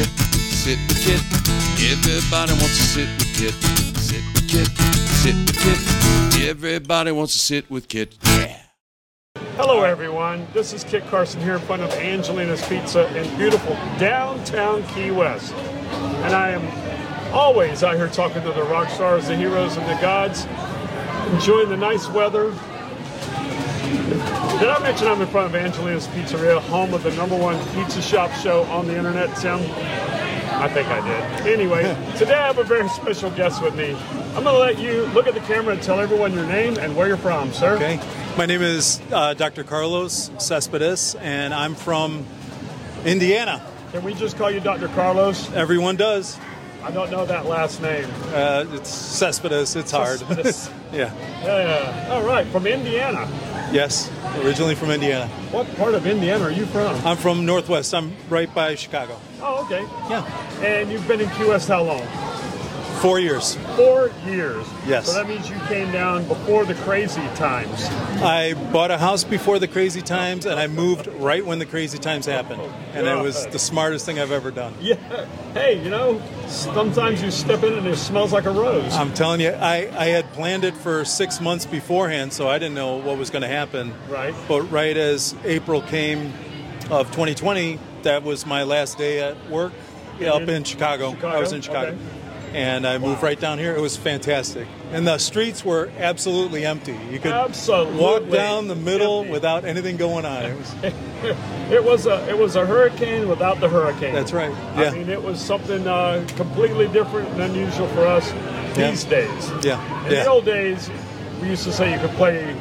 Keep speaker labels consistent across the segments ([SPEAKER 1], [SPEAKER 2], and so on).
[SPEAKER 1] sit with Kit. Everybody wants to sit with Kit. Sit with Kit. Sit with Kit. Everybody wants to sit with Kit. Yeah.
[SPEAKER 2] Hello, everyone. This is Kit Carson here in front of Angelina's Pizza in beautiful downtown Key West. And I am always out here talking to the rock stars, the heroes, and the gods, enjoying the nice weather. Did I mention I'm in front of Angelina's Pizzeria, home of the number one pizza shop show on the internet, Tim? I think I did. Anyway, today I have a very special guest with me. I'm going to let you look at the camera and tell everyone your name and where you're from, sir.
[SPEAKER 3] Okay. My name is uh, Dr. Carlos Cespedes, and I'm from Indiana.
[SPEAKER 2] Can we just call you Dr. Carlos?
[SPEAKER 3] Everyone does.
[SPEAKER 2] I don't know that last name.
[SPEAKER 3] Uh, it's Cespedes. It's hard.
[SPEAKER 2] Cespedes.
[SPEAKER 3] yeah.
[SPEAKER 2] Yeah. All right, from Indiana.
[SPEAKER 3] Yes. Originally from Indiana.
[SPEAKER 2] What part of Indiana are you from?
[SPEAKER 3] I'm from Northwest. I'm right by Chicago.
[SPEAKER 2] Oh, okay.
[SPEAKER 3] Yeah.
[SPEAKER 2] And you've been in Key West how long?
[SPEAKER 3] Four years.
[SPEAKER 2] Four years.
[SPEAKER 3] Yes.
[SPEAKER 2] So that means you came down before the crazy times.
[SPEAKER 3] I bought a house before the crazy times, and I moved right when the crazy times happened. And it was the smartest thing I've ever done.
[SPEAKER 2] Yeah. Hey, you know, sometimes you step in and it smells like a rose.
[SPEAKER 3] I'm telling you, I, I had planned it for six months beforehand, so I didn't know what was going to happen.
[SPEAKER 2] Right.
[SPEAKER 3] But right as April came of 2020, that was my last day at work up
[SPEAKER 2] you're-
[SPEAKER 3] in Chicago.
[SPEAKER 2] Chicago?
[SPEAKER 3] I was in Chicago.
[SPEAKER 2] Okay.
[SPEAKER 3] And I moved right down here. It was fantastic. And the streets were absolutely empty. You could walk
[SPEAKER 2] Absolutely
[SPEAKER 3] down the middle
[SPEAKER 2] empty.
[SPEAKER 3] without anything going on. It was,
[SPEAKER 2] It was a it was a hurricane without the hurricane.
[SPEAKER 3] that's right.
[SPEAKER 2] I
[SPEAKER 3] Yeah.
[SPEAKER 2] mean, it was something uh, completely different and unusual for us
[SPEAKER 3] Yeah.
[SPEAKER 2] these days.
[SPEAKER 3] yeah.
[SPEAKER 2] In
[SPEAKER 3] Yeah.
[SPEAKER 2] the old days, we used to say you could play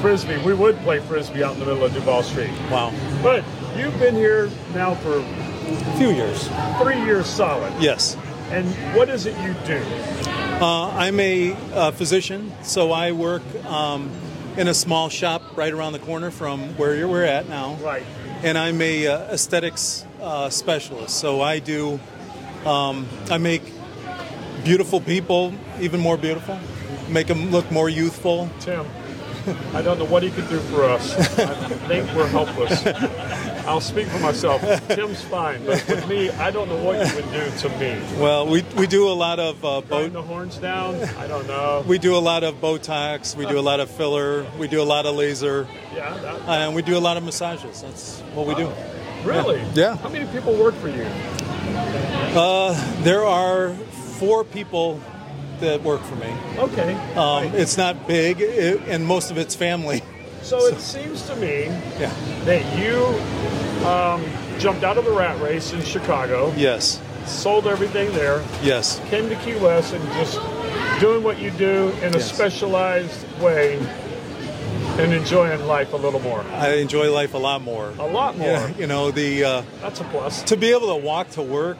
[SPEAKER 2] frisbee. We would play frisbee out in the middle of Duval Street.
[SPEAKER 3] Wow.
[SPEAKER 2] But you've been here now for
[SPEAKER 3] A few years.
[SPEAKER 2] three years solid.
[SPEAKER 3] Yes.
[SPEAKER 2] And what is it you do?
[SPEAKER 3] Uh, I'm a uh, physician, so I work um, in a small shop right around the corner from where you're, we're at now.
[SPEAKER 2] Right.
[SPEAKER 3] And I'm a uh, aesthetics uh, specialist, so I do, um, I make beautiful people even more beautiful, make them look more youthful.
[SPEAKER 2] Tim, I don't know what he could do for us. I think we're helpless. I'll speak for myself. Tim's fine, but with me, I don't know what you would do to me.
[SPEAKER 3] Well, we, we do a lot of uh,
[SPEAKER 2] Putting
[SPEAKER 3] boat.
[SPEAKER 2] the horns down? I don't know.
[SPEAKER 3] We do a lot of Botox. We do a lot of filler. We do a lot of laser,
[SPEAKER 2] Yeah, that,
[SPEAKER 3] and we do a lot of massages. That's what we do.
[SPEAKER 2] really?
[SPEAKER 3] Yeah.
[SPEAKER 2] How many people work for you?
[SPEAKER 3] There are four people that work for me.
[SPEAKER 2] Okay.
[SPEAKER 3] Um, it's not big, it, and most of it's family.
[SPEAKER 2] so it seems to me
[SPEAKER 3] Yeah.
[SPEAKER 2] that you um, jumped out of the rat race in Chicago,
[SPEAKER 3] Yes.
[SPEAKER 2] sold everything there,
[SPEAKER 3] Yes.
[SPEAKER 2] came to Key West, and just doing what you do in a
[SPEAKER 3] Yes.
[SPEAKER 2] specialized way and enjoying life a little more.
[SPEAKER 3] I enjoy life a lot more.
[SPEAKER 2] A lot more.
[SPEAKER 3] Yeah, you know the uh,
[SPEAKER 2] That's a plus.
[SPEAKER 3] to be able to walk to work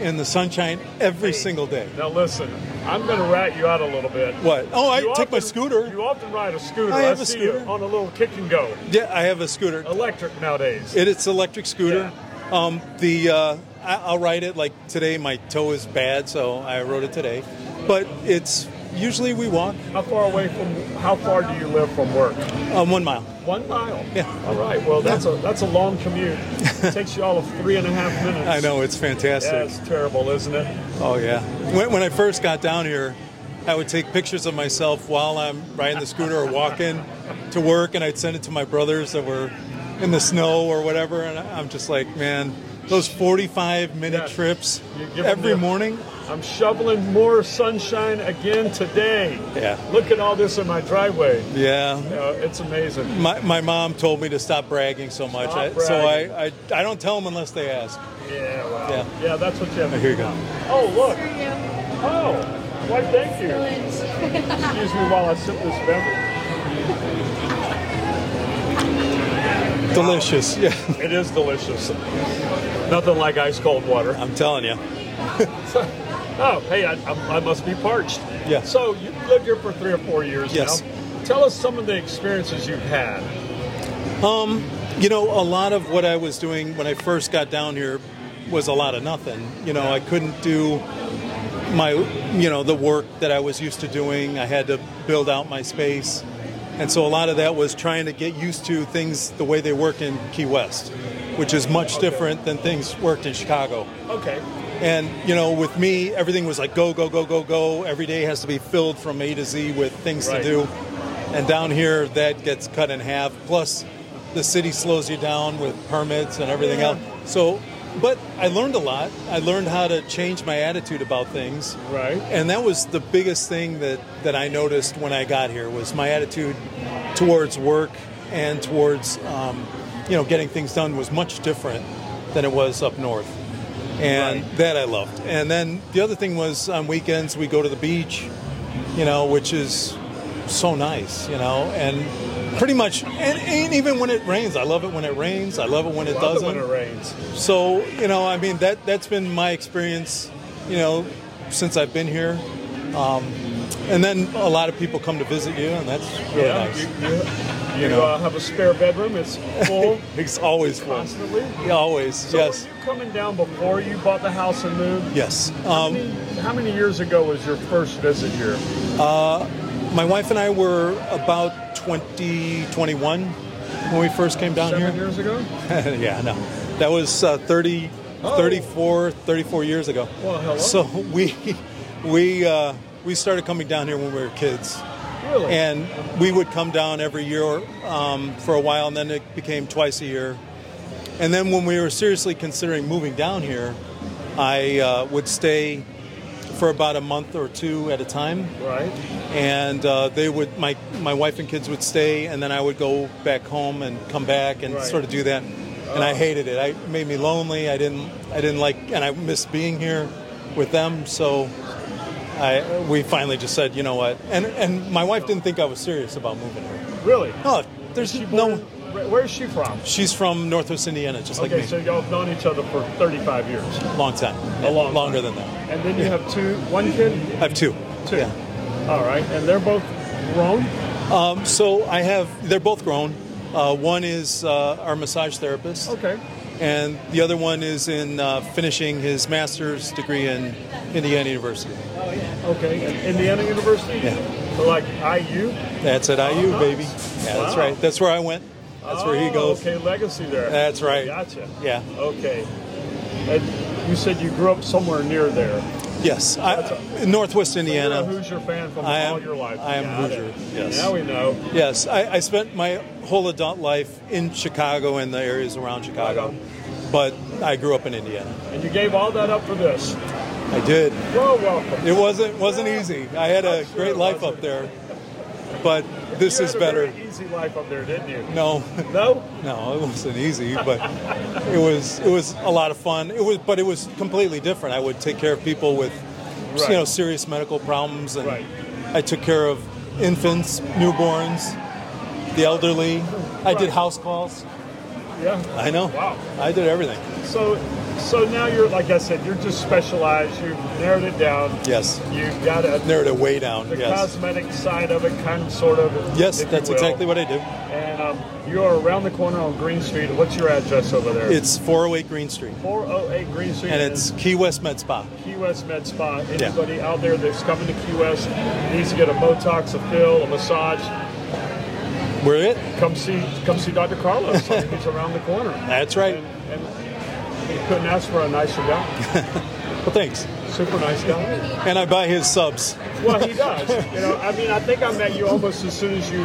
[SPEAKER 3] in the sunshine every single day.
[SPEAKER 2] Now listen, I'm going to rat you out a little bit.
[SPEAKER 3] What? Oh, I
[SPEAKER 2] You
[SPEAKER 3] take my
[SPEAKER 2] often-
[SPEAKER 3] scooter.
[SPEAKER 2] You often ride a scooter.
[SPEAKER 3] I have a
[SPEAKER 2] see you
[SPEAKER 3] scooter.
[SPEAKER 2] on a little kick and go,
[SPEAKER 3] Yeah, I have a scooter.
[SPEAKER 2] electric nowadays.
[SPEAKER 3] It, it's electric scooter. Um, the uh, I, I'll ride it like today. My toe is bad, so I rode it today. But it's usually we walk
[SPEAKER 2] How far away from? How far do you live from work?
[SPEAKER 3] um, one mile.
[SPEAKER 2] One mile.
[SPEAKER 3] Yeah.
[SPEAKER 2] All right. Well, that's a that's a long commute. It takes you all of three and a half minutes.
[SPEAKER 3] I know it's fantastic.
[SPEAKER 2] That's terrible, isn't it?
[SPEAKER 3] Oh yeah. When, when I first got down here, I would take pictures of myself while I'm riding the scooter or walking to work, and I'd send it to my brothers that were in the snow or whatever. And I- I'm just like, man, those 45 minute
[SPEAKER 2] Yeah.
[SPEAKER 3] trips
[SPEAKER 2] You give 'em
[SPEAKER 3] every
[SPEAKER 2] the-
[SPEAKER 3] morning.
[SPEAKER 2] I'm shoveling more sunshine again today.
[SPEAKER 3] Yeah.
[SPEAKER 2] Look at all this in my driveway.
[SPEAKER 3] Yeah.
[SPEAKER 2] Uh, it's amazing.
[SPEAKER 3] My, my mom told me to stop bragging so much,
[SPEAKER 2] Stop
[SPEAKER 3] I, so
[SPEAKER 2] bragging. Oh.
[SPEAKER 3] I, I I don't tell them unless they ask.
[SPEAKER 2] Yeah. Wow.
[SPEAKER 3] Yeah.
[SPEAKER 2] that's what you have.
[SPEAKER 3] Oh, here you go.
[SPEAKER 2] Oh, look.
[SPEAKER 4] for you.
[SPEAKER 2] Oh, why? Thank you.
[SPEAKER 4] Excellent.
[SPEAKER 2] Excuse me while I sip this beverage.
[SPEAKER 3] Delicious. Yeah,
[SPEAKER 2] It is delicious. Nothing like ice cold water.
[SPEAKER 3] I'm telling you.
[SPEAKER 2] Oh, hey, I, I, I must be parched.
[SPEAKER 3] Yeah.
[SPEAKER 2] So you've lived here for three or four years
[SPEAKER 3] Yes.
[SPEAKER 2] now. Tell us some of the experiences you've had.
[SPEAKER 3] Um, You know, a lot of what I was doing when I first got down here was a lot of nothing. You know, I couldn't do my, you know, the work that I was used to doing. I had to build out my space. And so a lot of that was trying to get used to things the way they work in Key West. which is much different than things worked in Chicago.
[SPEAKER 2] Okay.
[SPEAKER 3] And you know, with me, everything was like go, go, go, go, go. Every day has to be filled from A to Z with things
[SPEAKER 2] Right.
[SPEAKER 3] to do. And down here, that gets cut in half. Plus, the city slows you down with permits and everything
[SPEAKER 2] Yeah.
[SPEAKER 3] else. So, but I learned a lot. I learned how to change my attitude about things.
[SPEAKER 2] Right.
[SPEAKER 3] And that was the biggest thing that that I noticed when I got here was my attitude towards work and towards um, you know getting things done was much different than it was up north and
[SPEAKER 2] Right.
[SPEAKER 3] that I loved. And then the other thing was on weekends we go to the beach, you know, which is so nice, you know, and pretty much, and, and even when it rains, I love it when it rains. I love it when it
[SPEAKER 2] Love it
[SPEAKER 3] doesn't.
[SPEAKER 2] when it rains.
[SPEAKER 3] So you know, I mean that that's been my experience, you know, since I've been here. Um, and then a lot of people come to visit you, and that's really
[SPEAKER 2] yeah.
[SPEAKER 3] nice.
[SPEAKER 2] You, you, you,
[SPEAKER 3] You know.
[SPEAKER 2] uh, have a spare bedroom. It's full
[SPEAKER 3] It's always full.
[SPEAKER 2] constantly.
[SPEAKER 3] Yeah, always.
[SPEAKER 2] So were
[SPEAKER 3] yes.
[SPEAKER 2] you coming down before you bought the house and moved?
[SPEAKER 3] Yes. Um,
[SPEAKER 2] How many, how many years ago was your first visit here?
[SPEAKER 3] My wife and I were about 20, 21 when we first came down
[SPEAKER 2] Seven
[SPEAKER 3] here.
[SPEAKER 2] years ago?
[SPEAKER 3] yeah, no. That was uh, 30,
[SPEAKER 2] Oh.
[SPEAKER 3] 34, 34 years ago.
[SPEAKER 2] Well, hello.
[SPEAKER 3] So we, we, uh, we started coming down here when we were kids.
[SPEAKER 2] Really?
[SPEAKER 3] And we would come down every year um, for a while, and then it became twice a year. And then when we were seriously considering moving down here, I uh, would stay for about a month or two at a time
[SPEAKER 2] right.
[SPEAKER 3] and uh, they would my my wife and kids would stay, and then I would go back home and come back and
[SPEAKER 2] Right. Oh.
[SPEAKER 3] sort of do that. And I hated it. I it made me lonely. I didn't I didn't like, and I missed being here with them. So I we finally just said, you know what? And and my wife didn't think I was serious about moving here.
[SPEAKER 2] Really?
[SPEAKER 3] No, Oh, there's
[SPEAKER 2] She
[SPEAKER 3] no.
[SPEAKER 2] born- where- Where's she from?
[SPEAKER 3] She's from Northwest Indiana, just like
[SPEAKER 2] okay,
[SPEAKER 3] me.
[SPEAKER 2] so y'all have known each other for 35 years,
[SPEAKER 3] long time,
[SPEAKER 2] A long
[SPEAKER 3] longer
[SPEAKER 2] time.
[SPEAKER 3] than that.
[SPEAKER 2] and then you have two, one kid,
[SPEAKER 3] I have two.
[SPEAKER 2] two.
[SPEAKER 3] Yeah.
[SPEAKER 2] All right, and they're both grown.
[SPEAKER 3] So I have. They're both grown. Uh, one is uh, our massage therapist.
[SPEAKER 2] Okay.
[SPEAKER 3] and the other one is in uh, finishing his master's degree in Indiana University.
[SPEAKER 2] Okay. And Indiana University.
[SPEAKER 3] Yeah.
[SPEAKER 2] So like IU.
[SPEAKER 3] That's at IU,
[SPEAKER 2] nice.
[SPEAKER 3] baby. Yeah, that's
[SPEAKER 2] Wow.
[SPEAKER 3] right. That's where I went. That's where he
[SPEAKER 2] Oh,
[SPEAKER 3] goes.
[SPEAKER 2] Okay, legacy there.
[SPEAKER 3] That's right.
[SPEAKER 2] Gotcha.
[SPEAKER 3] Yeah.
[SPEAKER 2] Okay. And you said you grew up somewhere near there.
[SPEAKER 3] Yes. I, in Northwest
[SPEAKER 2] You're a
[SPEAKER 3] Indiana.
[SPEAKER 2] Hoosier fan from
[SPEAKER 3] I am-
[SPEAKER 2] all your life.
[SPEAKER 3] I am
[SPEAKER 2] Got
[SPEAKER 3] Hoosier,
[SPEAKER 2] it.
[SPEAKER 3] yes.
[SPEAKER 2] Now we know.
[SPEAKER 3] Yes. I, I spent my whole adult life in Chicago and the areas around Chicago, but I grew up in Indiana.
[SPEAKER 2] And you gave all that up for this.
[SPEAKER 3] I did.
[SPEAKER 2] You're welcome.
[SPEAKER 3] It wasn't wasn't easy. I had a
[SPEAKER 2] Sure it
[SPEAKER 3] great life
[SPEAKER 2] wasn't.
[SPEAKER 3] up there, but this
[SPEAKER 2] you
[SPEAKER 3] is
[SPEAKER 2] had A
[SPEAKER 3] better.
[SPEAKER 2] very easy life up there, didn't you?
[SPEAKER 3] No.
[SPEAKER 2] No.
[SPEAKER 3] No, it wasn't easy, but it was it was a lot of fun. It was, but it was completely different. I would take care of people with
[SPEAKER 2] Right.
[SPEAKER 3] you know serious medical problems, and
[SPEAKER 2] Right.
[SPEAKER 3] I took care of infants, newborns, the elderly. I did
[SPEAKER 2] Right.
[SPEAKER 3] house calls.
[SPEAKER 2] Yeah.
[SPEAKER 3] I know.
[SPEAKER 2] Wow.
[SPEAKER 3] I did everything.
[SPEAKER 2] So, so now you're like I said, you're just specialized. You've narrowed it down.
[SPEAKER 3] Yes,
[SPEAKER 2] You've got a
[SPEAKER 3] narrowed it way down.
[SPEAKER 2] the
[SPEAKER 3] yes,
[SPEAKER 2] cosmetic side of it, kind of, sort of.
[SPEAKER 3] yes,
[SPEAKER 2] if you
[SPEAKER 3] that's
[SPEAKER 2] will.
[SPEAKER 3] exactly what I did.
[SPEAKER 2] And um, you are around the corner on Green Street. What's your address over there?
[SPEAKER 3] It's 408 Green Street,
[SPEAKER 2] 408 Green Street.
[SPEAKER 3] and it's Key West Med Spa.
[SPEAKER 2] Key West Med Spa. Anybody out there that's coming to Key West needs to get a Botox, a pill, a massage.
[SPEAKER 3] We're it.
[SPEAKER 2] Come see, come see Dr. Carlos. I mean, he's around the corner.
[SPEAKER 3] That's right.
[SPEAKER 2] And, and he couldn't ask for a nicer guy.
[SPEAKER 3] Well, thanks.
[SPEAKER 2] Super nice guy.
[SPEAKER 3] And I buy his subs.
[SPEAKER 2] Well, he does. You know, I mean, I think I met you almost as soon as you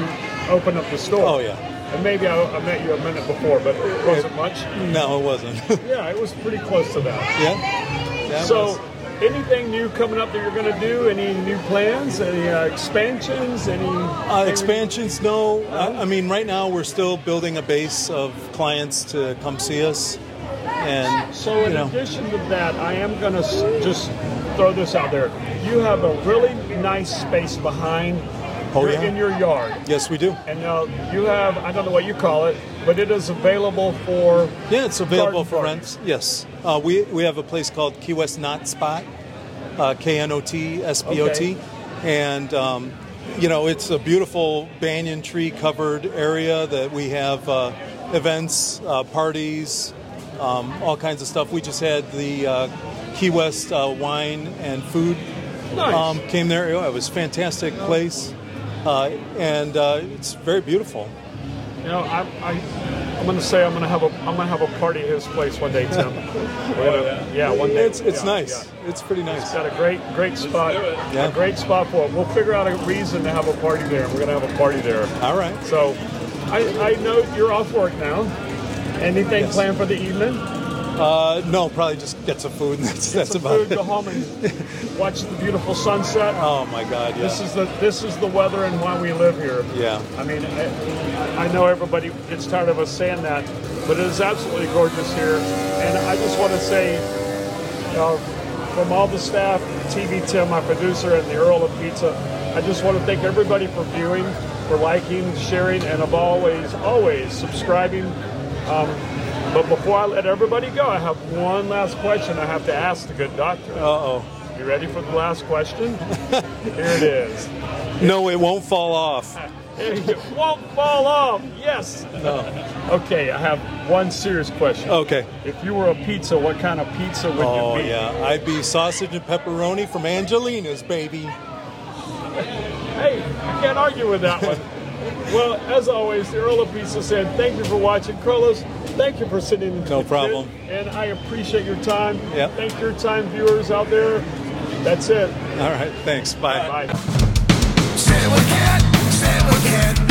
[SPEAKER 2] opened up the store.
[SPEAKER 3] Oh, yeah.
[SPEAKER 2] And maybe I, I met you a minute before, but it wasn't much.
[SPEAKER 3] No, it wasn't.
[SPEAKER 2] Yeah, it was pretty close to that.
[SPEAKER 3] yeah. Yeah, it
[SPEAKER 2] So,
[SPEAKER 3] was.
[SPEAKER 2] anything new coming up that you're going to do? Any new plans? Any uh, expansions? Any
[SPEAKER 3] Uh, expansions, no. I, I mean, right now we're still building a base of clients to come see us, and
[SPEAKER 2] So, in
[SPEAKER 3] you know,
[SPEAKER 2] addition to that, I am going to just throw this out there. You have a really nice space behind
[SPEAKER 3] Oh,
[SPEAKER 2] your-
[SPEAKER 3] yeah.
[SPEAKER 2] in your yard.
[SPEAKER 3] yes, we do.
[SPEAKER 2] And now you have, I don't know what you call it, but it is available for
[SPEAKER 3] Yeah, it's available
[SPEAKER 2] Garden
[SPEAKER 3] for
[SPEAKER 2] parties.
[SPEAKER 3] rent. Yes, uh, we we have a place called Key West Knot Spot, uh, K N O T S P O
[SPEAKER 2] Okay.
[SPEAKER 3] T, and um, you know it's a beautiful banyan tree covered area that we have uh, events, uh, parties, um, all kinds of stuff. We just had the uh, Key West uh, wine and food
[SPEAKER 2] Nice.
[SPEAKER 3] Um, came there. It was a fantastic place, uh, and uh, it's very beautiful.
[SPEAKER 2] you know, I, I, I'm gonna say I'm gonna have a I'm gonna have a party at his place one day, Tim. We're
[SPEAKER 4] Oh,
[SPEAKER 2] gonna- yeah. one day.
[SPEAKER 3] It's it's
[SPEAKER 2] Yeah,
[SPEAKER 3] nice.
[SPEAKER 2] yeah.
[SPEAKER 3] It's pretty nice.
[SPEAKER 2] Got a great, great spot.
[SPEAKER 4] do it.
[SPEAKER 3] Yeah.
[SPEAKER 2] A great spot for it. We'll figure out a reason to have a party there. We're gonna have a party there.
[SPEAKER 3] All right.
[SPEAKER 2] So, I, I know you're off work now. Anything
[SPEAKER 3] Yes.
[SPEAKER 2] planned for the evening?
[SPEAKER 3] Uh, no, probably just get some food and that's that's
[SPEAKER 2] Some
[SPEAKER 3] about
[SPEAKER 2] food,
[SPEAKER 3] it.
[SPEAKER 2] Go home and watch the beautiful sunset.
[SPEAKER 3] Oh my God, yeah.
[SPEAKER 2] This is the this is the weather and why we live here.
[SPEAKER 3] yeah.
[SPEAKER 2] I mean, I, I know everybody gets tired of us saying that, but it is absolutely gorgeous here. And I just want to say, uh, from all the staff, TV Tim, my producer, and the Earl of Pizza, I just want to thank everybody for viewing, for liking, sharing, and of always, always subscribing. Um, but before I let everybody go, I have one last question I have to ask the good doctor.
[SPEAKER 3] Uh oh.
[SPEAKER 2] You ready for the last question? here it is.
[SPEAKER 3] No, it won't fall off.
[SPEAKER 2] It won't fall off. Yes.
[SPEAKER 3] No.
[SPEAKER 2] Okay, I have one serious question.
[SPEAKER 3] Okay.
[SPEAKER 2] If you were a pizza, what kind of pizza would
[SPEAKER 3] Oh
[SPEAKER 2] you be?
[SPEAKER 3] yeah, I'd be sausage and pepperoni from Angelina's, baby.
[SPEAKER 2] Hey, I can't argue with that one. well, as always, the Earl of Pizza said, thank you for watching. Carlos, thank you for sitting.
[SPEAKER 3] No problem.
[SPEAKER 2] And I appreciate your time.
[SPEAKER 3] Yeah.
[SPEAKER 2] Thank your time, viewers out there. That's it.
[SPEAKER 3] All right, thanks. Bye.
[SPEAKER 2] Bye.
[SPEAKER 5] Sit with Kit, sit with Kit,